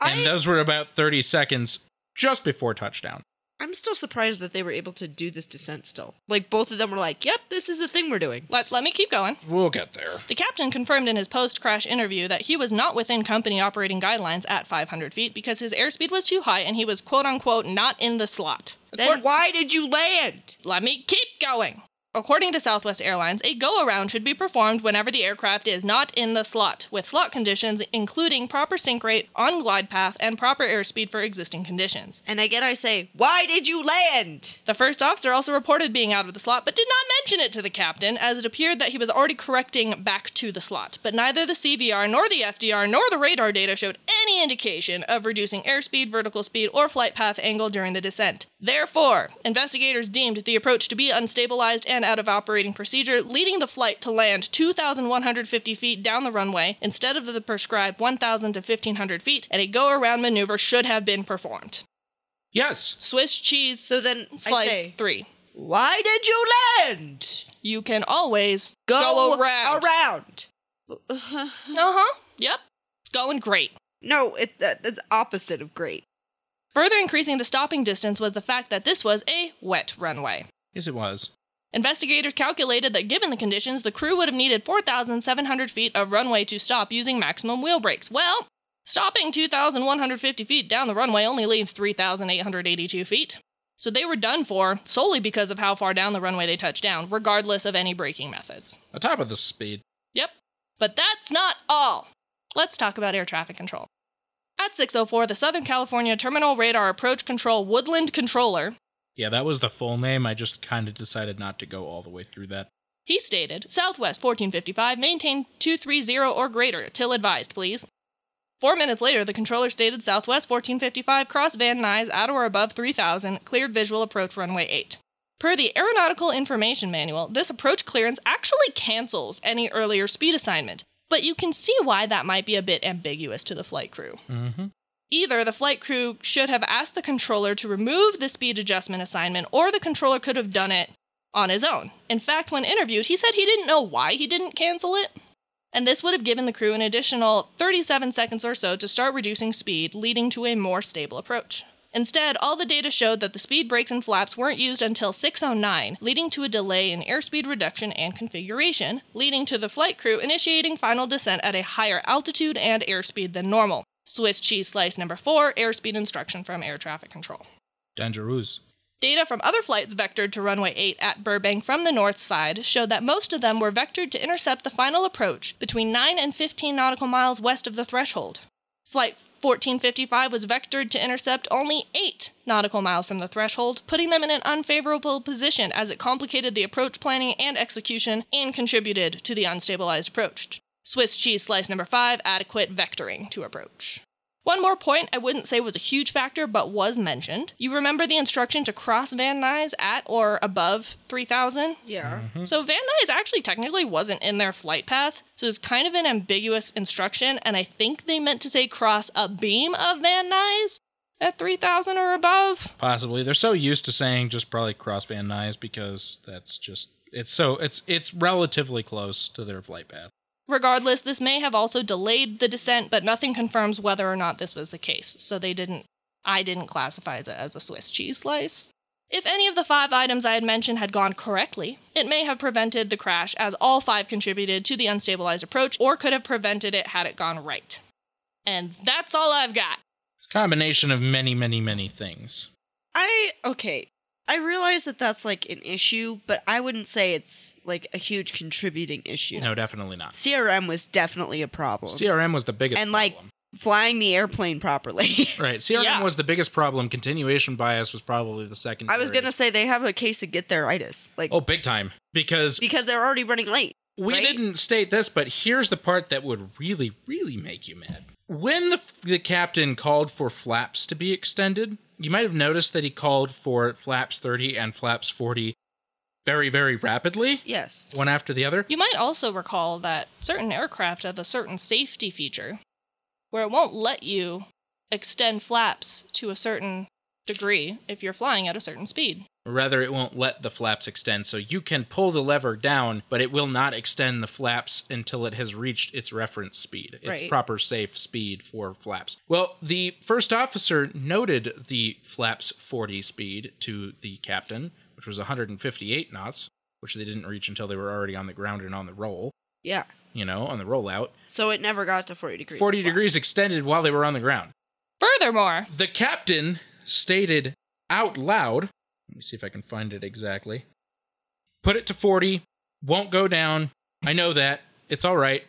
S2: And
S3: I-
S2: those were about 30 seconds just before touchdown.
S1: I'm still surprised that they were able to do this descent still. Like both of them were like, "Yep, this is the thing we're doing."
S3: Let, let me keep going.
S2: We'll get there.
S3: The captain confirmed in his post crash interview that he was not within company operating guidelines at 500 feet because his airspeed was too high and he was quote unquote not in the slot.
S1: Then
S3: Accor-
S1: why did you land?
S3: Let me keep going. According to Southwest Airlines, a go around should be performed whenever the aircraft is not in the slot, with slot conditions including proper sync rate, on glide path, and proper airspeed for existing conditions.
S1: And again, I say, why did you land?
S3: The first officer also reported being out of the slot, but did not mention it to the captain, as it appeared that he was already correcting back to the slot. But neither the CVR nor the FDR nor the radar data showed any indication of reducing airspeed, vertical speed, or flight path angle during the descent. Therefore, investigators deemed the approach to be unstabilized and out of operating procedure, leading the flight to land 2,150 feet down the runway instead of the prescribed 1,000 to 1,500 feet, and a go around maneuver should have been performed.
S2: Yes.
S3: Swiss cheese
S1: So then I
S3: slice
S1: say-
S3: three.
S1: Why did you land?
S3: You can always go, around.
S1: around.
S3: Uh huh. Yep. It's going great.
S1: No, it, that, that's opposite of great.
S3: Further increasing the stopping distance was the fact that this was a wet runway.
S2: Yes, it was.
S3: Investigators calculated that given the conditions, the crew would have needed 4,700 feet of runway to stop using maximum wheel brakes. Well, stopping 2,150 feet down the runway only leaves 3,882 feet. So they were done for solely because of how far down the runway they touched down, regardless of any braking methods.
S2: On top of the speed.
S3: Yep. But that's not all. Let's talk about air traffic control. At 6:04, the Southern California Terminal Radar Approach Control Woodland Controller,
S2: Yeah, that was the full name. I just kind of decided not to go all the way through that.
S3: he stated, "Southwest 1455, maintain 230 or greater till advised, please." 4 minutes later, the controller stated Southwest 1455 cross Van Nuys at or above 3000, cleared visual approach runway 8. Per the Aeronautical Information Manual, this approach clearance actually cancels any earlier speed assignment, but you can see why that might be a bit ambiguous to the flight crew.
S2: Mm-hmm.
S3: Either the flight crew should have asked the controller to remove the speed adjustment assignment, or the controller could have done it on his own. In fact, when interviewed, he said he didn't know why he didn't cancel it, and this would have given the crew an additional 37 seconds or so to start reducing speed, leading to a more stable approach. Instead, all the data showed that the speed brakes and flaps weren't used until 609, leading to a delay in airspeed reduction and configuration, leading to the flight crew initiating final descent at a higher altitude and airspeed than normal. Swiss cheese slice number 4, airspeed instruction from air traffic control.
S2: Dangerous.
S3: Data from other flights vectored to runway 8 at Burbank from the north side showed that most of them were vectored to intercept the final approach between 9 and 15 nautical miles west of the threshold. Flight 1455 was vectored to intercept only 8 nautical miles from the threshold, putting them in an unfavorable position as it complicated the approach planning and execution and contributed to the unstabilized approach. Swiss cheese slice number 5 adequate vectoring to approach. One more point I wouldn't say was a huge factor, but was mentioned. You remember the instruction to cross Van Nuys at or above 3,000?
S1: Yeah.
S3: So Van Nuys actually technically wasn't in their flight path, so it's kind of an ambiguous instruction, and I think they meant to say cross a beam of Van Nuys at 3,000 or above.
S2: Possibly. They're so used to saying just probably cross Van Nuys because that's just it's so it's it's relatively close to their flight path.
S3: Regardless, this may have also delayed the descent, but nothing confirms whether or not this was the case, so they didn't I didn't classify it as a Swiss cheese slice. If any of the five items I had mentioned had gone correctly, it may have prevented the crash as all five contributed to the unstabilized approach or could have prevented it had it gone right. And that's all I've got.
S2: It's a combination of many, many, many things.
S1: I okay. I realize that that's like an issue, but I wouldn't say it's like a huge contributing issue.
S2: No, definitely not.
S1: CRM was definitely a problem.
S2: CRM was the biggest
S1: and like
S2: problem.
S1: flying the airplane properly.
S2: Right. CRM
S3: Yeah.
S2: was the biggest problem. Continuation bias was probably the second.
S1: I was
S2: area.
S1: gonna say they have a case of get theiritis, like
S2: Oh, big time. Because
S1: because they're already running late.
S2: we
S1: right?
S2: didn't state this, but here's the part that would really, really make you mad. When the, the captain called for flaps to be extended, you might have noticed that he called for flaps 30 and flaps 40 very, very rapidly,
S1: Yes.
S2: one after the other.
S3: You might also recall that certain aircraft have a certain safety feature where it won't let you extend flaps to a certain degree if you're flying at a certain speed.
S2: Rather, it won't let the flaps extend, so you can pull the lever down, but it will not extend the flaps until it has reached its reference speed, its
S1: Right.
S2: proper safe speed for flaps. Well, the first officer noted the flaps 40 speed to the captain, which was 158 knots, which they didn't reach until they were already on the ground and on the roll,
S1: Yeah.
S2: you know, on the rollout.
S1: So it never got to forty degrees.
S2: 40
S1: flat.
S2: degrees extended while they were on the ground.
S3: Furthermore,
S2: The captain stated out loud, let me see if I can find it exactly. Put it to 40, won't go down. I know that. It's all right.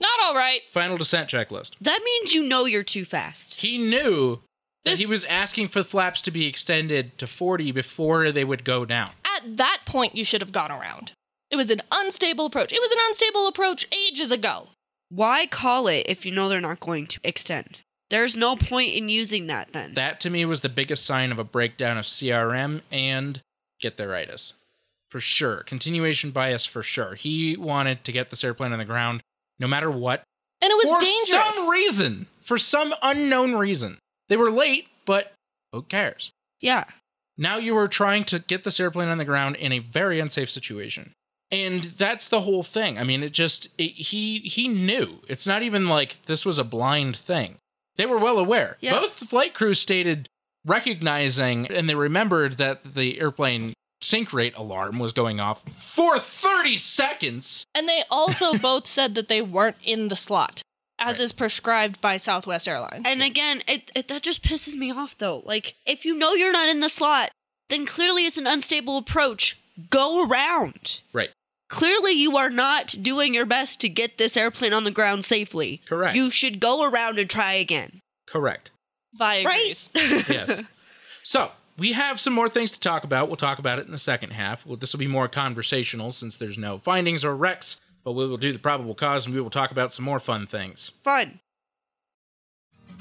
S3: not all right.
S2: Final descent checklist.
S1: That means you know you're too fast.
S2: He knew that
S3: This-
S2: he was asking for flaps to be extended to 40 before they would go down.
S3: At that point, you should have gone around. It was an unstable approach. It was an unstable approach ages ago.
S1: Why call it if you know they're not going to extend? There's no point in using that then.
S2: That to me was the biggest sign of a breakdown of CRM and get theiritis. For sure. Continuation bias for sure. He wanted to get this airplane on the ground no matter what.
S3: And it was
S2: for
S3: dangerous.
S2: some reason, for some unknown reason, they were late, but who cares?
S1: yeah.
S2: Now you are trying to get this airplane on the ground in a very unsafe situation, and that's the whole thing. I mean, it just it, he he knew. It's not even like this was a blind thing. They were well aware.
S1: Yeah.
S2: Both the flight crews stated recognizing and they remembered that the airplane sink rate alarm was going off for 30 seconds.
S3: and they also both said that they weren't in the slot, as
S2: Right.
S3: is prescribed by Southwest Airlines.
S1: And again, it, it that just pisses me off though. Like if you know you're not in the slot, then clearly it's an unstable approach. Go around.
S2: Right.
S1: Clearly you are not doing your best to get this airplane on the ground safely.
S2: Correct.
S1: You should go around and try again.
S2: Correct.
S3: Vi
S1: Right?
S3: agrees.
S2: yes. So we have some more things to talk about. We'll talk about it in the second half. Well, this will be more conversational since there's no findings or wrecks, but we will do the probable cause and we will talk about some more fun things.
S1: Fun.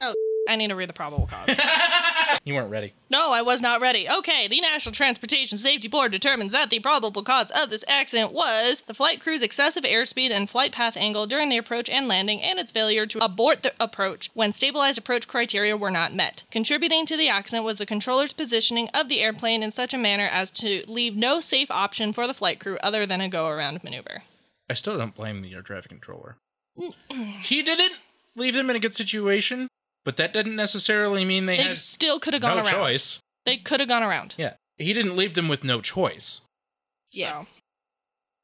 S3: Oh, I need to read the probable cause.
S2: You weren't ready.
S3: No, I was not ready. Okay, the National Transportation Safety Board determines that the probable cause of this accident was the flight crew's excessive airspeed and flight path angle during the approach and landing and its failure to abort the approach when stabilized approach criteria were not met. Contributing to the accident was the controller's positioning of the airplane in such a manner as to leave no safe option for the flight crew other than a go around maneuver.
S2: I still don't blame the air traffic controller.
S3: Mm.
S2: he didn't leave them in a good situation, but that didn't necessarily mean they,
S3: They
S2: had
S3: still could have
S2: no
S3: gone around.
S2: choice.
S3: They could have gone around.
S2: Yeah. He didn't leave them with no choice.
S1: Yes.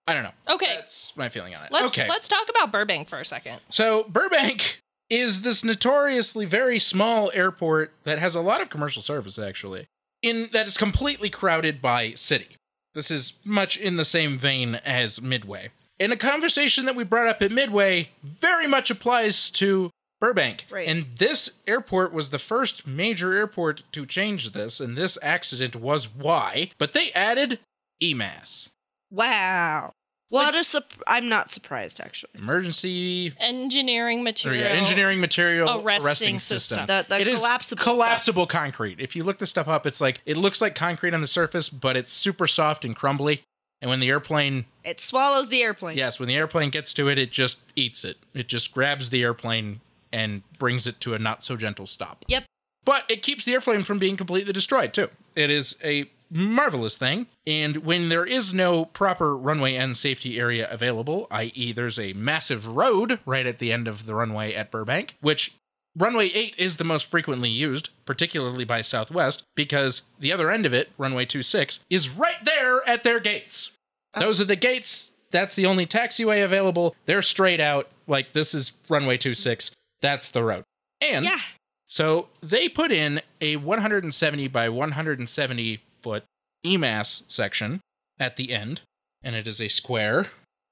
S2: I don't know.
S3: Okay.
S2: That's my feeling on it.
S3: Let's
S2: okay.
S3: let's talk about Burbank for a second.
S2: So Burbank is this notoriously very small airport that has a lot of commercial service actually. In that is completely crowded by city. This is much in the same vein as Midway. And a conversation that we brought up at Midway very much applies to Burbank.
S1: Right.
S2: And this airport was the first major airport to change this, and this accident was why. But they added EMAS,
S1: Wow. What a sup I'm not surprised actually.
S2: emergency
S3: Engineering
S2: Or,
S3: material.
S2: yeah, engineering material
S3: Arresting
S2: arresting, system.
S3: system.
S1: The- the
S2: It is
S1: collapsible
S2: collapsible concrete. If you look this stuff up, it's like it looks like concrete on the surface, but it's super soft and crumbly. And when the airplane,
S1: It swallows the airplane.
S2: yes, when the airplane gets to it, it just eats it. It just grabs the airplane and brings it to a not so gentle stop.
S1: Yep.
S2: But it keeps the airplane from being completely destroyed, too. It is a marvelous thing. And when there is no proper runway and safety area available, i.e., there's a massive road right at the end of the runway at Burbank, which Runway 8 is the most frequently used, particularly by Southwest, because the other end of it, runway 26, is right there at their gates. Those are the gates. That's the only taxiway available. They're straight out. Like, this is runway 26. That's the road. And
S1: Yeah.
S2: so they put in a 170 by 170 foot EMAS section at the end, and it is a square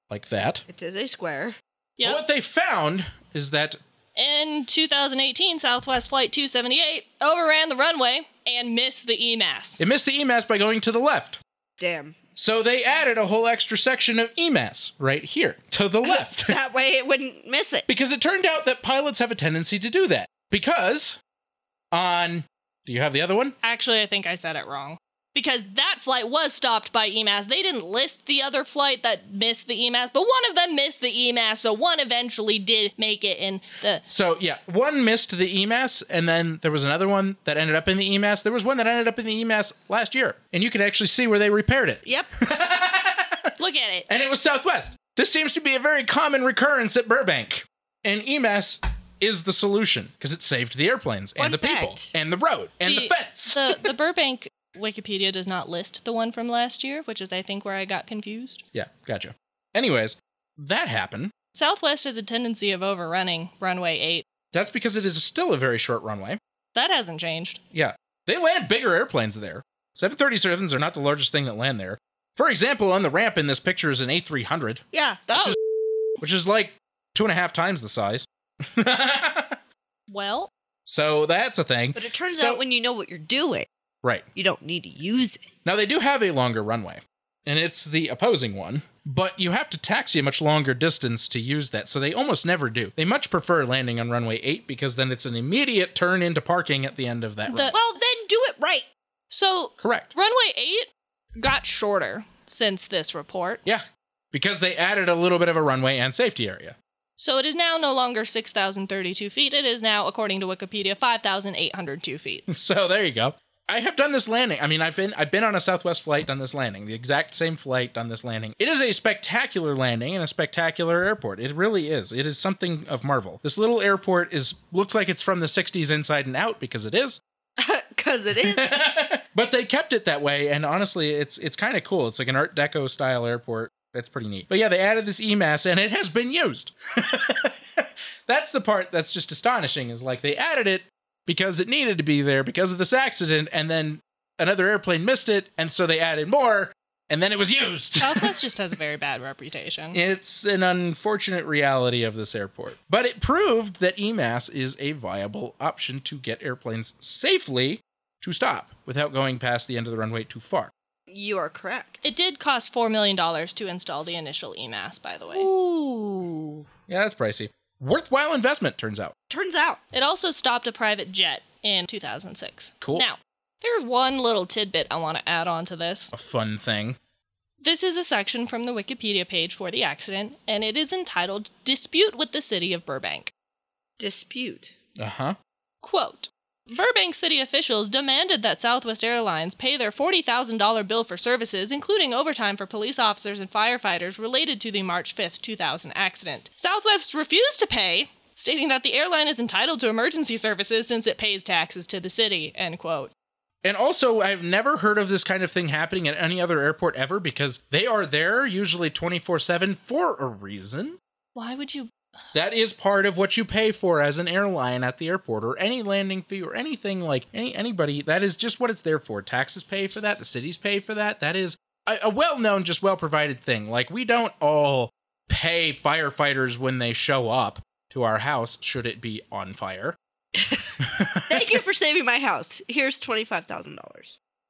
S2: like that.
S1: It is a square.
S2: But
S3: Yep.
S2: what they found is that
S3: In 2018, Southwest Flight 278 overran the runway and missed the EMAS.
S2: it missed the EMAS by going to the left.
S1: Damn.
S2: So they added a whole extra section of EMAS right here to the left.
S1: That way it wouldn't miss it.
S2: because it turned out that pilots have a tendency to do that. Because on. Do you have the other one?
S3: Actually, I think I said it wrong. Because that flight was stopped by EMAS. They didn't list the other flight that missed the EMAS, but one of them missed the EMAS, so one eventually did make it in the.
S2: So yeah, one missed the EMAS, and then there was another one that ended up in the EMAS. There was one that ended up in the EMAS last year, and you can actually see where they repaired it.
S1: Yep.
S3: Look at it.
S2: And it was Southwest. This seems to be a very common recurrence at Burbank, and EMAS is the solution because it saved the airplanes and
S1: Fun
S2: the people
S1: fact.
S2: and the road and the, fence.
S3: The, the Burbank Wikipedia does not list the one from last year, which is, I think, where I got confused.
S2: yeah, gotcha. Anyways, that happened.
S3: Southwest has a tendency of overrunning runway 8.
S2: That's because it is still a very short runway.
S3: That hasn't changed.
S2: Yeah. They land bigger airplanes there. 737s are not the largest thing that land there. For example, on the ramp in this picture is an A300,
S1: Yeah. That's
S3: oh,
S2: which is like two and a half times the size.
S3: well,
S2: so that's a thing.
S1: But it turns
S2: So-
S1: out when you know what you're doing,
S2: Right.
S1: you don't need to use it.
S2: Now, they do have a longer runway, and it's the opposing one, but you have to taxi a much longer distance to use that, so they almost never do. They much prefer landing on runway 8 because then it's an immediate turn into parking at the end of that
S3: The-
S2: runway.
S1: Well, then do it right.
S3: so
S2: Correct.
S3: runway 8 got shorter since this report.
S2: Yeah. Because they added a little bit of a runway and safety area.
S3: So it is now no longer 6,032 feet. It is now, according to Wikipedia, 5,802 feet.
S2: So there you go. I have done this landing. I mean, I've been I've been on a Southwest flight, done this landing, the exact same flight, done this landing. It is a spectacular landing and a spectacular airport. It really is. It is something of marvel. This little airport is looks like it's from the '60s inside and out because it is.
S1: Because it is.
S2: But they kept it that way, and honestly, it's it's kind of cool. It's like an Art Deco style airport. That's pretty neat. But yeah, they added this EMAS, and it has been used. that's the part that's just astonishing. Is like they added it because it needed to be there because of this accident, and then another airplane missed it, and so they added more, and then it was used.
S3: Southwest just has a very bad reputation.
S2: It's an unfortunate reality of this airport. But it proved that EMAS is a viable option to get airplanes safely to stop without going past the end of the runway too far.
S1: you are correct.
S3: It did cost $4 million to install the initial EMAS, by the way.
S1: Ooh.
S2: Yeah, that's pricey. Worthwhile investment, turns out.
S1: Turns out.
S3: It also stopped a private jet in 2006.
S2: Cool.
S3: Now, there's one little tidbit I want to add on to this.
S2: A fun thing.
S3: This is a section from the Wikipedia page for the accident, and it is entitled Dispute with the City of Burbank.
S1: Dispute.
S2: Uh huh.
S3: Quote Burbank city officials demanded that Southwest Airlines pay their $40,000 bill for services, including overtime for police officers and firefighters related to the March 5, 2000 accident. Southwest refused to pay, stating that the airline is entitled to emergency services since it pays taxes to the city. End quote.
S2: And also, I've never heard of this kind of thing happening at any other airport ever because they are there usually 24 7 for a reason.
S3: Why would you?
S2: That is part of what you pay for as an airline at the airport or any landing fee or anything like any anybody. That is just what it's there for. Taxes pay for that. The cities pay for that. That is a, a well-known, just well-provided thing. Like we don't all pay firefighters when they show up to our house should it be on fire.
S1: Thank you for saving my house. Here's $25,000.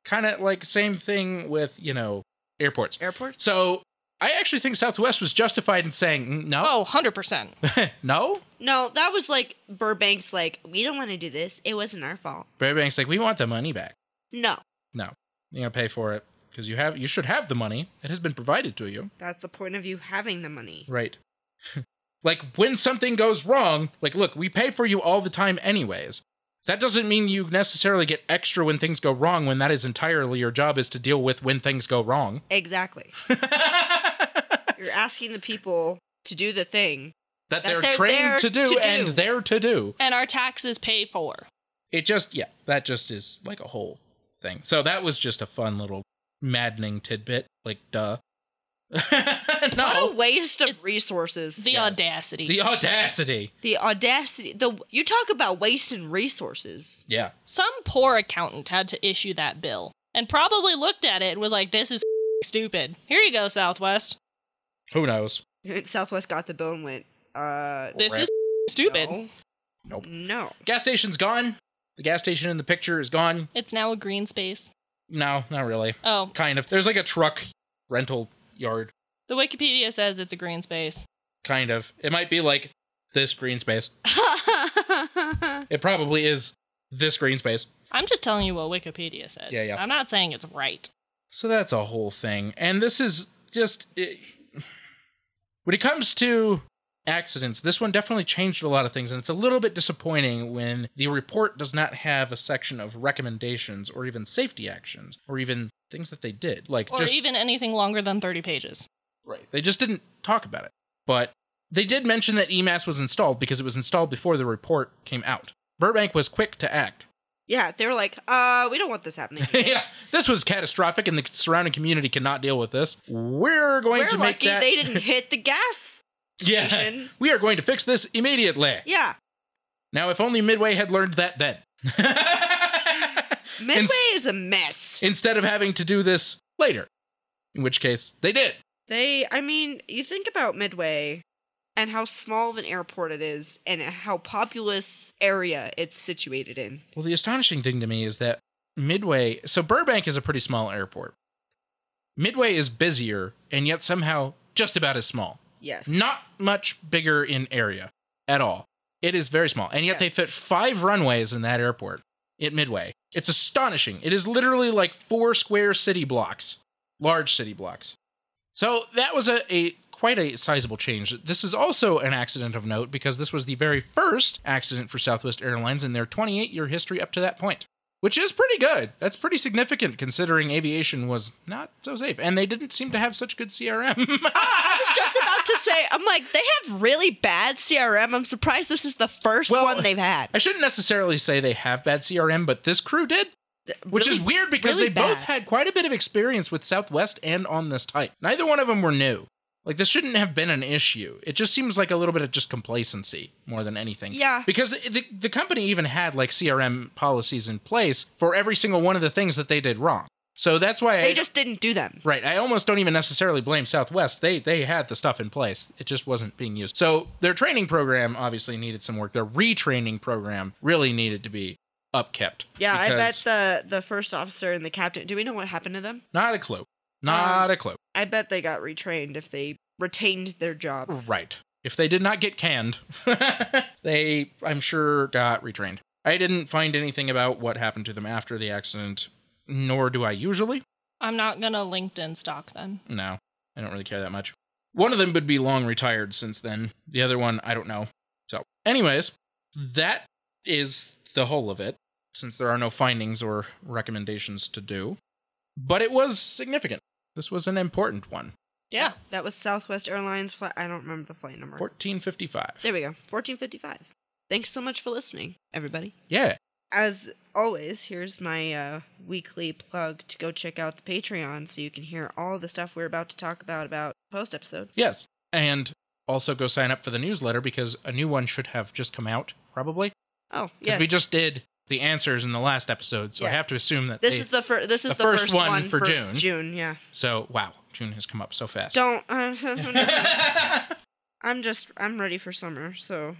S2: Kind of like same thing with you know airports.
S1: Airports?
S2: So I actually think Southwest was justified in saying "Mm, no,
S3: Oh, 100%.
S2: no.
S1: No, that was like Burbank's like, we don't want to do this. It wasn't our fault.
S2: Burbank's like we want the money back.
S1: No.
S2: No, you're gonna pay for it because you have you should have the money. It has been provided to you,
S1: That's the point of you having the money.
S2: right? like when something goes wrong, like look, we pay for you all the time, anyways. That doesn't mean you necessarily get extra when things go wrong. When that is entirely your job is to deal with when things go wrong.
S1: Exactly. You're asking the people to do the thing
S2: that,
S1: That
S2: they're,
S1: they're there
S2: trained to do,
S1: to do.
S2: and they're to do.
S3: and our taxes pay for.
S2: It just, yeah, that just is like a whole thing. So that was just a fun little maddening tidbit. Like, duh.
S1: What a
S2: no.
S1: waste of
S3: It's-
S1: resources.
S3: The
S1: The,
S3: audacity.
S2: The audacity.
S1: audacity. The you talk about wasting resources.
S2: Yeah.
S3: Some poor accountant had to issue that bill and probably looked at it and was like, this is stupid. Here you go, Southwest.
S2: Who knows?
S1: Southwest got the bill and went. Uh,
S3: This
S2: Right.
S3: is stupid.
S1: No.
S2: Nope.
S1: No.
S2: Gas station's gone. The gas station in the picture is gone.
S3: It's now a green space.
S2: No, not really.
S3: Oh,
S2: Kind of. There's like a truck rental yard.
S3: the Wikipedia says it's a green space.
S2: Kind of. It might be like this green space. It probably is this green space.
S3: I'm just telling you what Wikipedia said.
S2: Yeah, yeah.
S3: I'm not saying it's right.
S2: So that's a whole thing. And this is just. It, when it comes to accidents, this one definitely changed a lot of things. And it's a little bit disappointing when the report does not have a section of recommendations or even safety actions or even things that they did. Like,
S3: Or
S2: just.
S3: even anything longer than 30 pages.
S2: Right. They just didn't talk about it. But they did mention that EMAS was installed because it was installed before the report came out. Burbank was quick to act.
S1: yeah, they were like, uh, we don't want this happening.
S2: yeah, this was catastrophic, and the surrounding community cannot deal with this. We're going
S1: We're
S2: to make
S1: lucky
S2: that.
S1: they didn't hit the gas
S2: yeah,
S1: station.
S2: we are going to fix this immediately.
S1: Yeah.
S2: Now, if only Midway had learned that then.
S1: Midway
S2: Ins-
S1: is a mess.
S2: instead of having to do this later, in which case they did.
S1: They, I mean, you think about Midway and how small of an airport it is and how populous area it's situated in.
S2: Well, the astonishing thing to me is that Midway, so Burbank is a pretty small airport. Midway is busier and yet somehow just about as small.
S1: Yes.
S2: Not much bigger in area at all. It is very small. And yet they
S1: Yes.
S2: fit five runways in that airport at Midway. It's astonishing. It is literally like four square city blocks, large city blocks. So that was a, a quite a sizable change. This is also an accident of note because this was the very first accident for Southwest Airlines in their 28 year history up to that point, which is pretty good. That's pretty significant considering aviation was not so safe, and they didn't seem to have such good CRM.
S1: I was just about to say, I'm like, they have really bad CRM. I'm surprised this is the first
S2: Well,
S1: one they've had.
S2: I shouldn't necessarily say they have bad CRM, but this crew did, which is
S1: Really-
S2: weird because
S1: really
S2: they both
S1: bad.
S2: had quite a bit of experience with Southwest and on this type. Neither one of them were new. Like this shouldn't have been an issue. It just seems like a little bit of just complacency more than anything.
S1: Yeah.
S2: Because the, the, the company even had like CRM policies in place for every single one of the things that they did wrong. So that's why
S1: They
S2: I
S1: just didn't do them.
S2: Right. I almost don't even necessarily blame Southwest. They they had the stuff in place. It just wasn't being used. So their training program obviously needed some work. Their retraining program really needed to be upkept.
S1: Yeah,
S2: because-
S1: I bet the the first officer and the captain. Do we know what happened to them?
S2: not a clue. Not
S1: Um,
S2: a clue.
S1: I bet they got retrained if they retained their jobs.
S2: Right. If they did not get canned, they I'm sure got retrained. I didn't find anything about what happened to them after the accident, nor do I usually.
S3: I'm not going to LinkedIn stalk them.
S2: No, I don't really care that much. One of them would be long retired since then. The other one, I don't know. So, anyways, that is the whole of it, since there are no findings or recommendations to do. But it was significant. This was an important one.
S3: Yeah.
S1: That was Southwest Airlines flight. I don't remember the flight number.
S2: 1455.
S1: there we go. 1455. Thanks so much for listening, everybody.
S2: Yeah.
S1: As always, here's my uh, weekly plug to go check out the Patreon so you can hear all the stuff we're about to talk about about post episode.
S2: Yes. And also go sign up for the newsletter because a new one should have just come out, probably.
S1: Oh,
S2: Because
S1: yes.
S2: we just did the answers in the last episode. So I
S1: Yeah.
S2: have to assume that
S1: this
S2: they-
S1: is the first. This is
S2: the
S1: the,
S2: first
S1: first,
S2: one for June.
S1: June, yeah.
S2: So, wow, June has come up so fast.
S1: Don't. Uh, I'm just. I'm ready for summer. So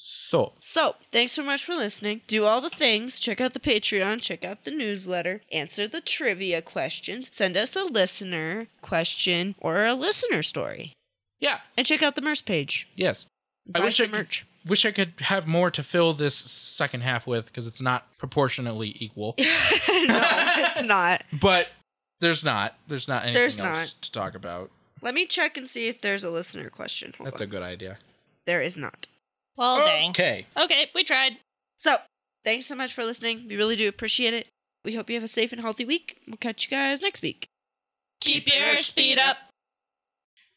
S2: so,
S1: So, thanks so much for listening. Do all the things. Check out the Patreon, check out the newsletter, answer the trivia questions, send us a listener question or a listener story.
S2: yeah,
S1: And check out the merch page.
S2: yes.
S1: Buy
S2: I wish I
S1: some
S2: could,
S1: merch.
S2: wish I could have more to fill this second half with because it's not proportionally equal.
S1: no, it's not.
S2: but there's not. There's not anything
S1: There's
S2: else
S1: not.
S2: to talk about.
S1: Let me check and see if there's a listener question. Hold
S2: That's a
S1: on.
S2: good idea.
S1: There is not.
S3: Well, dang.
S2: Oh, Okay.
S3: Okay, we tried.
S1: So, thanks so much for listening. We really do appreciate it. We hope you have a safe and healthy week. We'll catch you guys next week.
S3: Keep your speed up.